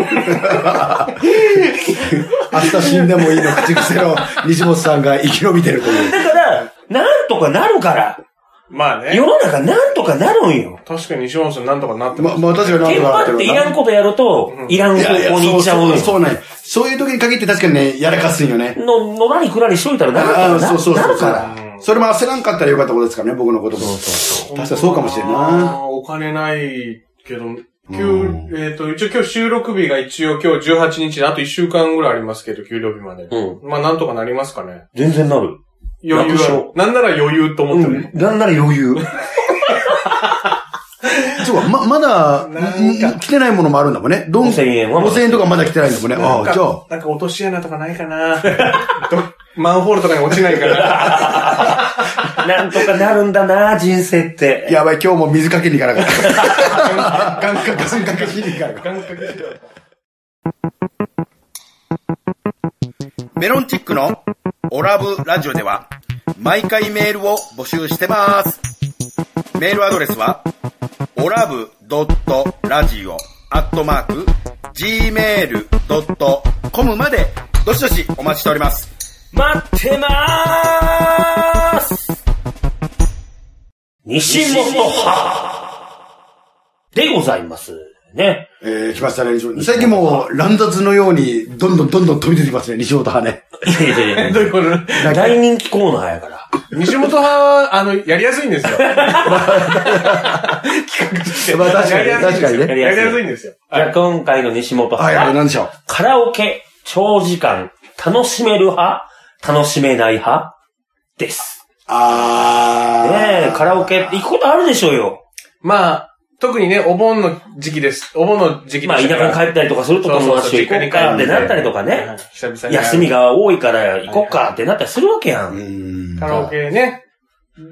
Speaker 2: 明日死んでもいいの口癖の西本さんが生き延びてるという。
Speaker 1: だから、なんとかなるから。
Speaker 3: まあね
Speaker 1: 世。の中なんとかなるんよ。
Speaker 3: 確かに西本さんなんとかなってま
Speaker 2: ま、
Speaker 3: す。
Speaker 2: まあ確かになん
Speaker 1: テ
Speaker 2: と
Speaker 1: ン
Speaker 2: かな
Speaker 1: パ
Speaker 2: って
Speaker 1: っ
Speaker 2: る
Speaker 1: て
Speaker 2: ない
Speaker 1: らんことやると、いらん
Speaker 2: い
Speaker 1: 方
Speaker 2: やいや
Speaker 1: 向に行っちゃう
Speaker 2: そ
Speaker 1: ん
Speaker 2: うそう
Speaker 1: よ。
Speaker 2: なんやそういう時に限って確かにね、やらかすんよね。
Speaker 1: の、のらりくらりしといたらなるから
Speaker 2: ああ、
Speaker 1: な。
Speaker 2: そうそう
Speaker 1: な
Speaker 2: そ
Speaker 1: る
Speaker 2: うそ
Speaker 1: から。
Speaker 2: う。それも焦らんかったらよかったことですからね、僕のことも。確かにそうかもしれんな。
Speaker 3: あーお金ないけど、給
Speaker 2: うん
Speaker 3: えっ、と、一応今日収録日が一応今日18日で、あと1週間ぐらいありますけど、給料日まで。
Speaker 1: うん。
Speaker 3: まあなんとかなりますかね。
Speaker 1: 全然なる。
Speaker 3: 余裕
Speaker 1: 楽
Speaker 3: は
Speaker 1: 勝。
Speaker 3: なんなら余裕と思ってる。
Speaker 1: なんなら余裕。
Speaker 2: そうか、ま、まだ、
Speaker 3: なんか
Speaker 2: ん来てないものもあるんだもんね。どん
Speaker 1: 5000円はまだ
Speaker 2: 5000円とかまだ来てないんだもんね。あ
Speaker 3: な
Speaker 2: あ、
Speaker 3: ん
Speaker 2: じゃ
Speaker 3: か
Speaker 2: あ。
Speaker 3: なんか落とし穴とかないかなどマンホールとかに落ちないか な
Speaker 1: なんとかなるんだな、人生って。
Speaker 2: やばい、今日も水かけに行かなかっ た。ガンガンガンガンかけに行かなかった。メロンチックのオラブラジオでは毎回メールを募集してます。メールアドレスはオラブドットラジオアットマーク gmail.com までどしどしお待ちしております。
Speaker 1: 待ってまーす西本派でございます。ね。
Speaker 2: えー、来ましたね、西本最近もう乱雑のようにどんどんどんどん飛び出てきますね、西本派ね。
Speaker 1: いやいやい
Speaker 3: どういうこと
Speaker 1: や 大人気コーナーやから。
Speaker 3: 西本派は、あの、やりやすいんですよ。企画として。
Speaker 2: まあ確かに
Speaker 3: やりやすいんです
Speaker 2: 確
Speaker 3: よ
Speaker 2: かに
Speaker 1: ね
Speaker 3: やりやすいんですよ。
Speaker 1: じゃあ今回の西本
Speaker 2: はい、
Speaker 1: 派
Speaker 2: あ
Speaker 1: は
Speaker 2: れ、なんでしょう。
Speaker 1: カラオケ、長時間、楽しめる派、楽しめない派です。
Speaker 2: あー。
Speaker 1: ねえ、カラオケ行くことあるでしょうよ。
Speaker 3: まあ、特にね、お盆の時期です。お盆の時期
Speaker 1: まあ、田舎に帰ったりとかすると
Speaker 3: そうそう
Speaker 1: 友
Speaker 3: そう
Speaker 1: 達と行こうかってなったりとかね。
Speaker 3: 久々に。
Speaker 1: 休みが多いから行こっかってなったりするわけや。
Speaker 2: うんん
Speaker 3: カ。ラオケね。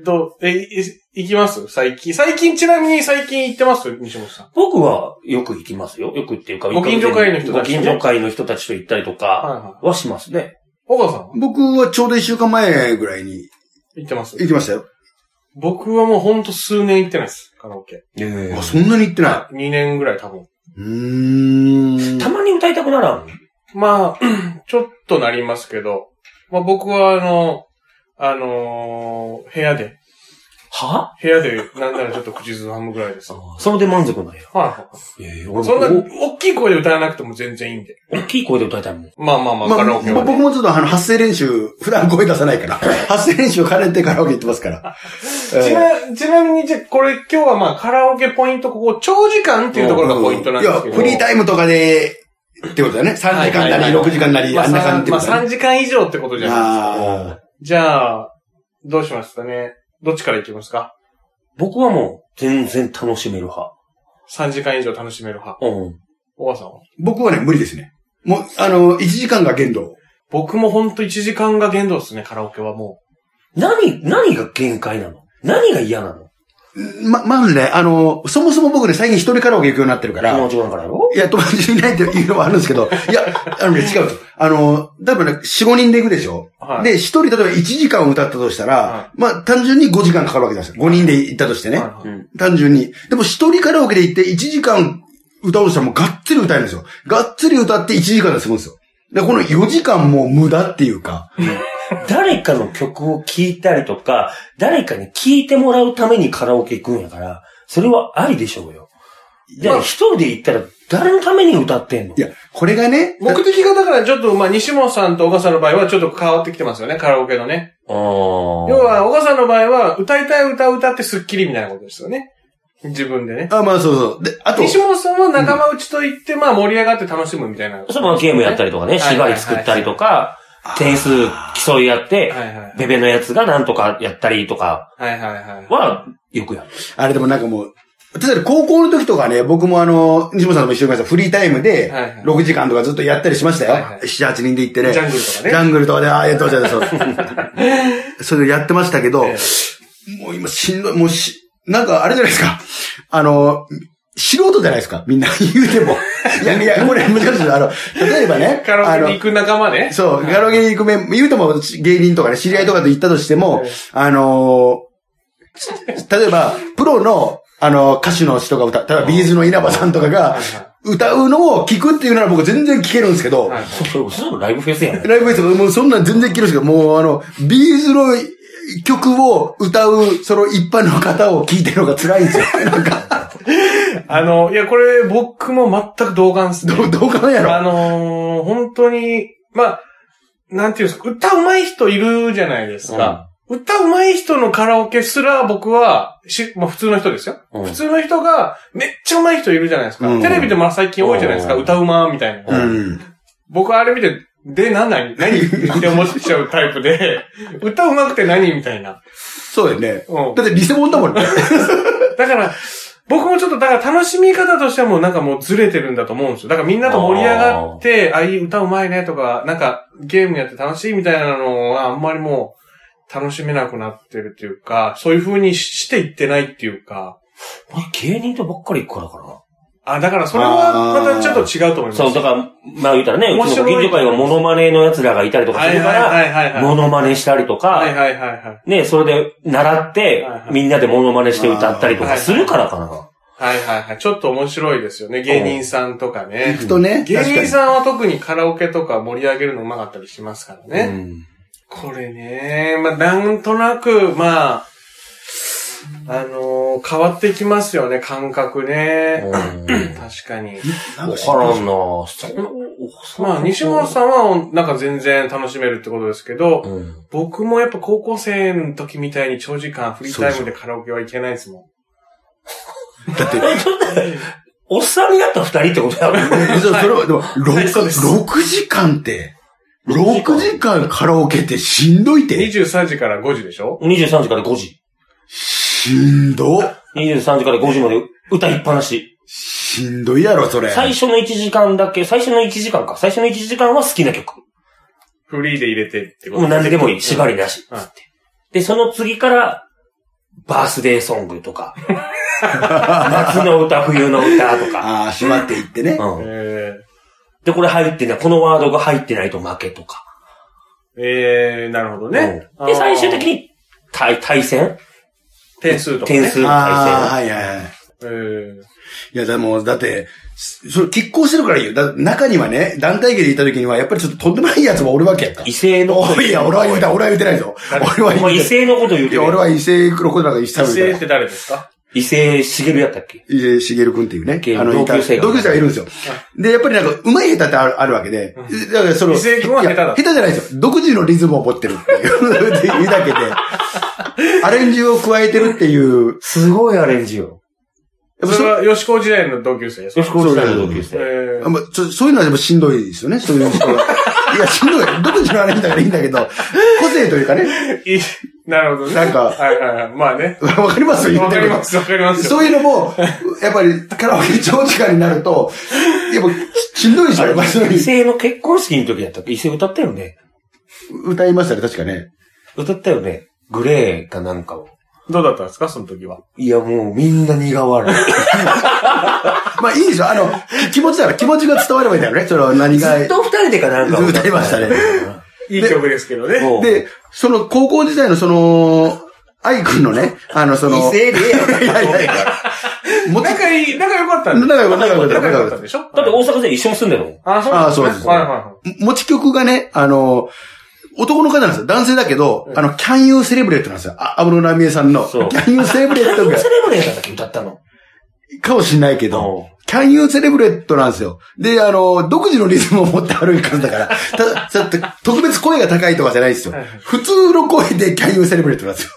Speaker 3: どう、え、い行きます最近。最近、ちなみに最近行ってます西本さん。
Speaker 1: 僕はよく行きますよ。よくっていうか、
Speaker 3: ご近所会の人た
Speaker 1: ご
Speaker 3: ちね
Speaker 1: 近所会の人たちと行ったりと
Speaker 3: はい
Speaker 1: か
Speaker 3: はい。
Speaker 1: はしますね。
Speaker 3: 岡さん
Speaker 2: 僕はちょうど一週間前ぐらいに
Speaker 3: 行ってます
Speaker 2: 行きましたよ。
Speaker 3: 僕はもうほんと数年行ってないです。カラオ
Speaker 2: あ、
Speaker 3: ケ。
Speaker 2: そんなに行ってな
Speaker 3: 2年ぐらい多分。
Speaker 2: い。うーん。
Speaker 1: たまに歌いたくならん。
Speaker 3: まあ、 ちょっとなりますけど、まあ僕はあの、あのー部屋で、
Speaker 1: は
Speaker 3: 部屋でなんならちょっと口ずさむぐらいです。はい
Speaker 1: それで満足なんや。
Speaker 3: はい。
Speaker 1: ええ、
Speaker 3: そんな、
Speaker 1: 俺も
Speaker 3: 大きい声で歌わなくても全然いいんで。
Speaker 1: お大きい声で歌いたいもん。
Speaker 3: まあまあまあ、
Speaker 2: ま
Speaker 3: カ
Speaker 2: あ、
Speaker 3: ラオケは
Speaker 2: 僕
Speaker 3: ね。
Speaker 2: もちょっとあの、発声練習、普段声出さない から、発声練習を兼ねてカラオケ行ってますから。
Speaker 3: ちな、ちなみに、じゃあこれ今日はまあ、カラオケポイント、ここ、長時間っていうところがポイントなんですけ
Speaker 2: い
Speaker 3: ど。
Speaker 2: や、フリータイムとかで、ってことだよね。3時間な
Speaker 3: はいはい
Speaker 2: り、
Speaker 3: はい
Speaker 2: 6時間なり、
Speaker 3: まあ
Speaker 2: あんな感じって
Speaker 3: ま
Speaker 2: こ
Speaker 3: あ、
Speaker 2: とだね。
Speaker 3: 3時間以上ってことじゃないですか。
Speaker 2: あ
Speaker 3: じゃあ、どうしますかね。どっちから行きますか
Speaker 1: 僕はもう、全然楽しめる派。
Speaker 3: ?3 時間以上楽しめる派。
Speaker 1: うん。
Speaker 3: おばさんは
Speaker 2: ー僕はね、無理ですね。もう、あの、1時間が限度。
Speaker 3: 僕もほんと1時間が限度ですね、カラオケはも
Speaker 1: 何、何が限界なの何が嫌なの
Speaker 2: ま、まずね、あの、そもそも僕ね、最近一人カラオケ行くようになってるから、
Speaker 1: 友達なんからやろ
Speaker 2: いや、友達いないっていうのはあるんですけど、いや、あのね、違うと。あの、多分ね、4、5人で行くでしょ
Speaker 3: う。はい。
Speaker 2: で、一人、例えば1時間歌ったとしたら、
Speaker 3: は
Speaker 2: まあ、単純に5時間かかるわけじゃないですか。5人で行ったとしてね。
Speaker 3: はいはい
Speaker 1: うん。
Speaker 2: 単純に。でも一人カラオケで行って1時間歌おうとしたらもうがっつり歌えるんですよ。がっつり歌って1時間で済むんですよ。で、この4時間もう無駄っていうか。
Speaker 1: 誰かの曲を聴いたりとか、誰かに聴いてもらうためにカラオケ行くんやから、それはありでしょうよ。じゃ
Speaker 3: ま
Speaker 1: あ
Speaker 3: あ
Speaker 1: 一人で行ったら、誰のために歌ってんの
Speaker 2: いや、これがね、
Speaker 3: 目的がだからちょっと、まあ、西本さんと岡さんの場合はちょっと変わってきてますよね、カラオケのね。
Speaker 1: あー
Speaker 3: 要は、岡さんの場合は、歌いたい歌を歌ってスッキリみたいなことですよね。自分でね。
Speaker 2: あ、まあそうそう。で、あと、
Speaker 3: 西本さんは仲間内と言って、まあ、盛り上がって楽しむみたいな。
Speaker 1: そのゲームやったりとかね、
Speaker 3: はい
Speaker 1: 縛り作ったりとか、点数競い合って、
Speaker 3: はいはい。
Speaker 1: ベベのやつがなんとかやったりとか
Speaker 3: はいはいはい。
Speaker 1: は、よくやる。
Speaker 2: あれでもなんかもう、例えば高校の時とかね、僕もあの、西本さんとも一緒に行きましたフリータイムで
Speaker 3: はいはい、
Speaker 2: 6時間とかずっとやったりしましたよ。
Speaker 3: はいはい
Speaker 2: 7、8人で行ってね。
Speaker 3: ジャングルとかね
Speaker 2: ジャングルとかで、ああ、やってました、やってました。 それでやってましたけど、
Speaker 3: ええ
Speaker 2: もう今しんどい、もうし、なんかあれじゃないですか。あの、素人じゃないですか、みんな言うて も。いや、いや、これ難しいです。あの、例えばね、
Speaker 3: カラオ
Speaker 2: あ
Speaker 3: ケに
Speaker 2: の
Speaker 3: 行、く仲間ね。
Speaker 2: そう、ガロゲに行くメン、言うても芸人とかね、知り合いとかと行ったとしても
Speaker 3: はい、
Speaker 2: あのー、例えば、プロの、あの、歌手の人が歌う、例えばビーズの稲葉さんとかが
Speaker 3: はいはい、
Speaker 2: 歌うのを聞くっていうなら僕全然聞けるんですけど、
Speaker 3: はいはい
Speaker 1: それ、それもライブフェスやん。
Speaker 2: ライブフェイスもうそんなん全然聞けるんですけど、もうあの、ビーズの曲を歌う、その一般の方を聞いてるのが辛いんですよ。 なんか、
Speaker 3: あの、いや、これ、僕も全く同感ですね。
Speaker 2: どう、どうかなんや
Speaker 3: あ
Speaker 2: ろ。
Speaker 3: のー本当に、まあ、なんていうんですか、歌うまい人いるじゃないですか。歌うまい人のカラオケすら僕は、し、まあ普通の人ですよ。
Speaker 1: うん
Speaker 3: 普通の人が、めっちゃうまい人いるじゃないですか。
Speaker 2: うん
Speaker 3: テレビでも最近多いじゃないですか、
Speaker 1: うん
Speaker 3: 歌うまみたいな。
Speaker 2: うん。
Speaker 3: 僕はあれ見て、で、なん何何って思っちゃうタイプで、 歌うまくて何みたいな。
Speaker 2: そうだよね。
Speaker 3: うん。
Speaker 2: だって偽物だもんね。
Speaker 3: だから、僕もちょっと、だから楽しみ方としてはもうなんかもうずれてるんだと思うんですよ。だからみんなと盛り上がって、ああ、いい歌うまいねとか、なんかゲームやって楽しいみたいなのはあんまりもう楽しめなくなってるというか、そういう風にししていってないっていうか、
Speaker 1: まあ芸人とばっかり行くからかな。
Speaker 3: あ、だからそれはまたちょっと違うと思います。
Speaker 1: そう、だから、まあ言うたらね、う
Speaker 3: 面
Speaker 1: ちの
Speaker 3: 白
Speaker 1: ご
Speaker 3: い
Speaker 1: 近所会はモノマネの奴らがいたりとか
Speaker 3: は
Speaker 1: す
Speaker 3: い
Speaker 1: るか
Speaker 3: はい
Speaker 1: ら、
Speaker 3: はいはいはい。
Speaker 1: モノマネしたりと
Speaker 3: はい
Speaker 1: か、
Speaker 3: はいはいはい。
Speaker 1: ね、それで習って
Speaker 3: はいは、い
Speaker 1: みんなでモノマネして歌ったりとかするからかな。
Speaker 3: はいはいはい。ちょっと面白いですよね。芸人さ んとかね
Speaker 2: 行。くとね。
Speaker 3: 芸
Speaker 2: 確か
Speaker 3: 人
Speaker 2: に
Speaker 3: さんは特にカラオケとか盛り上げるのうまかったりしますからね。
Speaker 1: うん
Speaker 3: これね、まあ、なんとなく、まあ、あのーの、変わってきますよね、感覚ね。確かに。
Speaker 2: なん
Speaker 1: わ
Speaker 2: か知
Speaker 1: か
Speaker 2: ってま
Speaker 1: ら
Speaker 2: す
Speaker 1: んなぁ。そん
Speaker 3: まあ、西本さんは、なんか全然楽しめるってことですけど、
Speaker 1: うん。
Speaker 3: 僕もやっぱ高校生の時みたいに長時間フリータイムでカラオケはいけないですも
Speaker 2: だって、
Speaker 1: おっさんになった二人ってことやろ
Speaker 2: そそれは、でも、
Speaker 3: はいそうです
Speaker 2: 6、六時間って、
Speaker 1: 六時間
Speaker 2: 6時間カラオケってしんどいっ
Speaker 3: ん。
Speaker 2: て、
Speaker 3: 23時から5時でしょ
Speaker 1: ?23 時から5時。
Speaker 2: しんど、
Speaker 1: 23時から5時まで歌いっぱなし。
Speaker 2: しんどいやろ、それ。
Speaker 1: 最初の1時間だけ、最初の1時間か。最初の1時間は好きな曲。
Speaker 3: フリーで入れてってこと
Speaker 1: もう何でもいい。縛り
Speaker 3: で。
Speaker 1: なし。
Speaker 3: うん
Speaker 1: つってで、その次から、バースデーソングと か、夏の歌、冬の歌と か。
Speaker 2: ああ、縛っていってね。
Speaker 1: うん。
Speaker 3: え
Speaker 1: で、これ入ってない、このワードが入ってないと負けとか。
Speaker 3: ー、えー、なるほどね。
Speaker 1: うんで、最終的
Speaker 3: に
Speaker 1: に、対、対戦
Speaker 3: 点数とか、ね。
Speaker 1: 点数
Speaker 2: ああ、
Speaker 1: 対戦。
Speaker 2: はいはいはい。
Speaker 3: えー、
Speaker 2: いや、でも、だって、そそれ、拮抗してるから言う。だ中にはね、団体芸でいた時には、やっぱりちょっととんでもない奴もおるわけやんか。
Speaker 1: 異性のこと
Speaker 2: おいいや、俺は言うた、俺は言うてないぞ。俺は
Speaker 1: お前異
Speaker 2: 言うて
Speaker 1: 性のこと言う
Speaker 2: ない。い
Speaker 1: て
Speaker 2: や、俺
Speaker 1: る。
Speaker 2: は異性のことなんか一切言
Speaker 3: 女
Speaker 2: う
Speaker 3: 性
Speaker 2: て
Speaker 3: っ
Speaker 2: ない。
Speaker 3: て誰ですか
Speaker 1: 異性、しげるやったっけ
Speaker 2: 伊勢茂君っていうね
Speaker 1: 芸。
Speaker 2: あの、
Speaker 1: 同級生
Speaker 2: い
Speaker 1: が
Speaker 2: た同級生がいるんですよ。で、やっぱりなんか、上手い下手ってあるあるわけで。だから、その、
Speaker 3: 伊勢君はい
Speaker 2: や
Speaker 3: 下手だ
Speaker 2: 下手じゃないですよ。独自のリズムを持ってるっていう っていうだけで、アレンジを加えてるっていう。
Speaker 1: すごいアレンジよ。
Speaker 2: やっぱ
Speaker 3: そ
Speaker 2: そ
Speaker 3: れは吉高時代の同級生ですか
Speaker 1: よしこさんの同級
Speaker 3: え
Speaker 1: 生。
Speaker 3: ー
Speaker 2: あまあちょそういうのはでもしんどいですよね、そういう 人が。いや、しんどい。独自のアレンジだからいいんだけど、個性というかね、
Speaker 3: いい なるほどね。
Speaker 2: なんか
Speaker 3: はいはいはい。まあね。
Speaker 2: わかります言
Speaker 3: わ
Speaker 2: っ
Speaker 3: か
Speaker 2: てる
Speaker 3: り
Speaker 2: こ
Speaker 3: ま
Speaker 2: と。
Speaker 3: す、わかりますよ。
Speaker 2: そういうのも、やっぱりカラオケ長時間になると、やっぱしんどいでしょ、やっぱりそう
Speaker 1: 異
Speaker 2: いう
Speaker 1: 性の結婚式の時やったっけ異性歌ったよね
Speaker 2: 歌いましたね、確かね。
Speaker 1: 歌ったよねグレーかなんかを。
Speaker 3: どうだったんですか、その時は。
Speaker 1: いや、もうみんな苦笑い。
Speaker 2: まあいいでしょ、あの、き気持ちだから、気持ちが伝わればいいんだよね、その何
Speaker 1: ず
Speaker 2: が。
Speaker 1: っと二人でかなんかを
Speaker 2: 歌いましたね
Speaker 3: いい曲ですけどね。
Speaker 1: もう
Speaker 2: で、その高校時代のその、愛くんのね、あの、その、
Speaker 1: 異性でええやん
Speaker 2: いやいやいや、もち
Speaker 3: 仲いい、仲良かったんで
Speaker 2: 仲良かった、仲良かった、
Speaker 3: 仲
Speaker 2: 仲良
Speaker 3: 良か
Speaker 2: か
Speaker 3: っ
Speaker 2: ったた
Speaker 3: ん。でしょ
Speaker 1: だって大阪で一緒に住んでるの
Speaker 3: あ、そう
Speaker 2: あそうです
Speaker 3: ねはいはいは
Speaker 2: 持ち曲がね、あの、男の方なんですよ。男性だけど、あの、Can You Celebrate なんですよ。あ安室奈美恵さんの。
Speaker 1: そう
Speaker 2: Can You Celebrate
Speaker 1: セレ
Speaker 2: が
Speaker 1: ブレーだったっけ歌ったの。
Speaker 2: かもしんないけど、Can You Celebrate なんですよ。で、あの、独自のリズムを持って歩いてるんだから、た、だって特別声が高いとかじゃないですよ
Speaker 3: はいはい。
Speaker 2: 普通の声で Can You Celebrate なんですよ。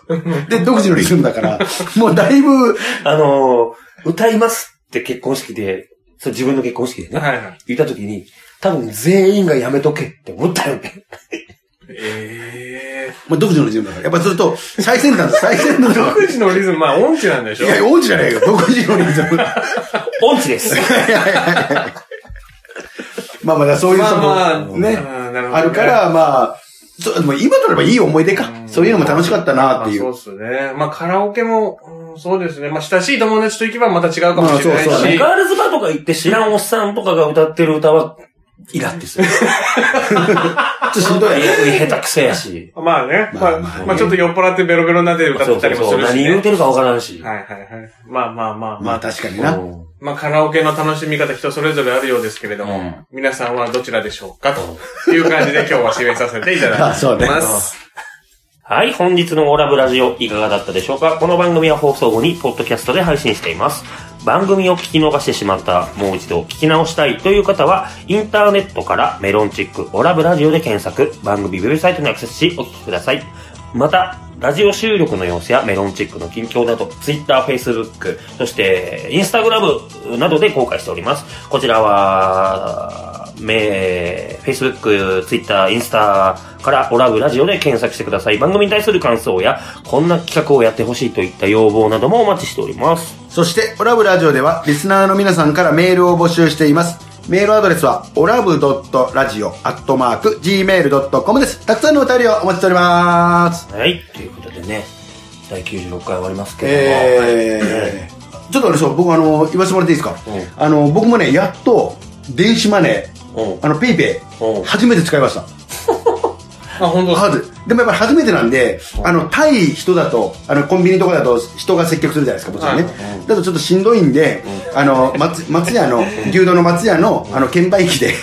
Speaker 2: で、独自のリズムだから、もうだいぶ、
Speaker 1: あのー、歌いますって結婚式で、そう自分の結婚式で
Speaker 3: い。
Speaker 1: ね、
Speaker 3: はいはい。
Speaker 1: 言った時に、多分全員がやめとけって思ったよね。
Speaker 3: ええ。
Speaker 2: まあ、独自のリズムだから。やっぱすると、最先端、最先端の。
Speaker 3: 独自のリズム、まあ音痴なんでし
Speaker 2: い
Speaker 3: ょ
Speaker 2: や、王子じゃないよ。独自のリズム。
Speaker 1: 音痴 です。
Speaker 2: まあまあ、そういう
Speaker 3: ま
Speaker 2: そ
Speaker 3: あ
Speaker 2: の、
Speaker 3: まあ、
Speaker 2: ね、
Speaker 3: うんなほどね
Speaker 2: あるか、ら、まあ、そう、でも今とればいい思い出か。そういうのも楽しかったなってい
Speaker 3: ま
Speaker 2: う。
Speaker 3: あそうですね。まあカラオケも、うんそうですね。まあ親しい友達と行けばまた違うかもしれない
Speaker 2: まあそうそう
Speaker 3: し。
Speaker 1: ガールズバーとか行って知らんおっさんとかが歌ってる歌は、イラって する。
Speaker 2: ちょっとしんどい。
Speaker 1: 下手くそやし。
Speaker 3: まあね。ま
Speaker 2: ま
Speaker 3: あ、
Speaker 2: あまあね
Speaker 3: まあちょっと酔っ払ってベロベロになって歌
Speaker 1: そ
Speaker 3: っ
Speaker 1: うそ
Speaker 3: た
Speaker 1: う
Speaker 3: りもす
Speaker 1: そう。
Speaker 3: るし
Speaker 1: 何
Speaker 3: ね。
Speaker 1: 言うてるかわからんし。
Speaker 3: はいはいはい。まあまあまあま
Speaker 2: ま
Speaker 3: あ
Speaker 2: あ。確かに
Speaker 1: う
Speaker 2: な。
Speaker 1: ん
Speaker 3: まあカラオケの楽しみ方人それぞれあるようですけれども、
Speaker 1: うん
Speaker 3: 皆さんはどちらでしょうかという感じで今日は締めさせていた だ
Speaker 2: あそう
Speaker 3: き
Speaker 2: ね
Speaker 3: ます。
Speaker 1: はい、本日のオーラブラジオいかがだったでしょうかこの番組は放送後にポッドキャストで配信しています。番組を聞き逃してしまった、もう一度聞き直したいという方は、インターネットからメロンチックオラブラジオで検索、番組ウェブサイトにアクセスしお聞きください。また、ラジオ収録の様子やメロンチックの近況など、Twitter、Facebook、そして、Instagram などで公開しております。こちらは、め Facebook、Twitter、インスタからオラブラジオで検索してください。番組に対する感想や、こんな企画をやってほしいといった要望などもお待ちしております。
Speaker 2: そして、オラブラジオでは、リスナーの皆さんからメールを募集しています。メールアドレスは、オラブドットラジオアットマーク、gmail.com です。たくさんのお便りをお待ちしております。
Speaker 1: はい、ということでね、第96回終わりますけども、
Speaker 2: えー、ちょっとあれそう、僕あの、言わせてもらっていいですか、
Speaker 1: う
Speaker 2: あの、僕もね、やっと、電子マネ
Speaker 1: うん
Speaker 2: ー、あの、ペイペ
Speaker 1: うん
Speaker 2: イ、初めて使いました。
Speaker 3: あ、本当
Speaker 2: はず。でもやっぱり初めてなんで、あの、対人だと、あの、コンビニとかだと人が接客するじゃないですか、もちろんね。だとちょっとしんどいんで、あの、松、松屋の、牛丼の松屋の、あの、券売機で、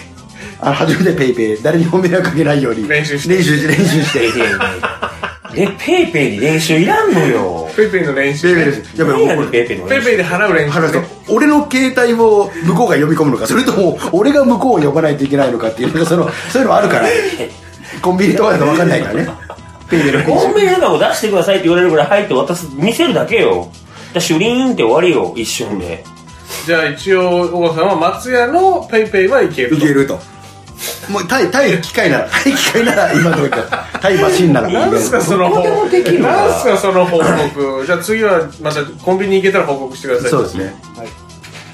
Speaker 2: あの、初めてペイペイ、誰にも迷惑かけないように、
Speaker 3: 練習して
Speaker 2: 練習して、練習して、
Speaker 1: え、ペイペイに練習いらんのよ。
Speaker 3: ペイペイの練
Speaker 2: レ
Speaker 3: 習。
Speaker 2: ベル
Speaker 3: ペ
Speaker 2: です。やべ、
Speaker 1: 何
Speaker 2: も
Speaker 1: や
Speaker 2: うこ
Speaker 1: ね
Speaker 2: れ
Speaker 1: ん、。ペイペイの
Speaker 3: イ
Speaker 1: 練習。
Speaker 3: ペイで払う練習
Speaker 2: 原田さん
Speaker 3: ね。
Speaker 2: 俺の携帯を向こうが読み込むのか、それとも俺が向こうを呼ばないといけないのかっていう、なんかその、そういうのある から、コンビニとかだと分かんないからね。ペイペイの練
Speaker 1: コン
Speaker 2: 習
Speaker 1: ビニとかを出してくださいって言われるぐらい入って渡す、見せるだけよ。だシュリーンって終わりよ、一瞬で。
Speaker 3: じゃあ一応、小川さんは松屋のペイペイはいける
Speaker 2: い
Speaker 3: と。
Speaker 2: けると。もう対、対機械なら、対機械なら今のところ、対マシンなら。
Speaker 3: なんすかその報告。なんすかその報告。じゃあ次はまたコンビニ行けたら報告してください。
Speaker 2: そうですね。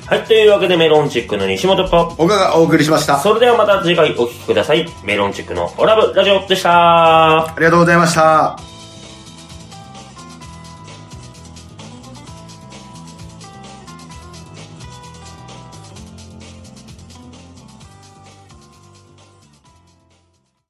Speaker 1: はい、というわけでメロンチックの西本と、
Speaker 2: 岡がお送りしました。
Speaker 1: それではまた次回お聴きください。メロンチックのオラブラジオでした。
Speaker 2: ありがとうございました。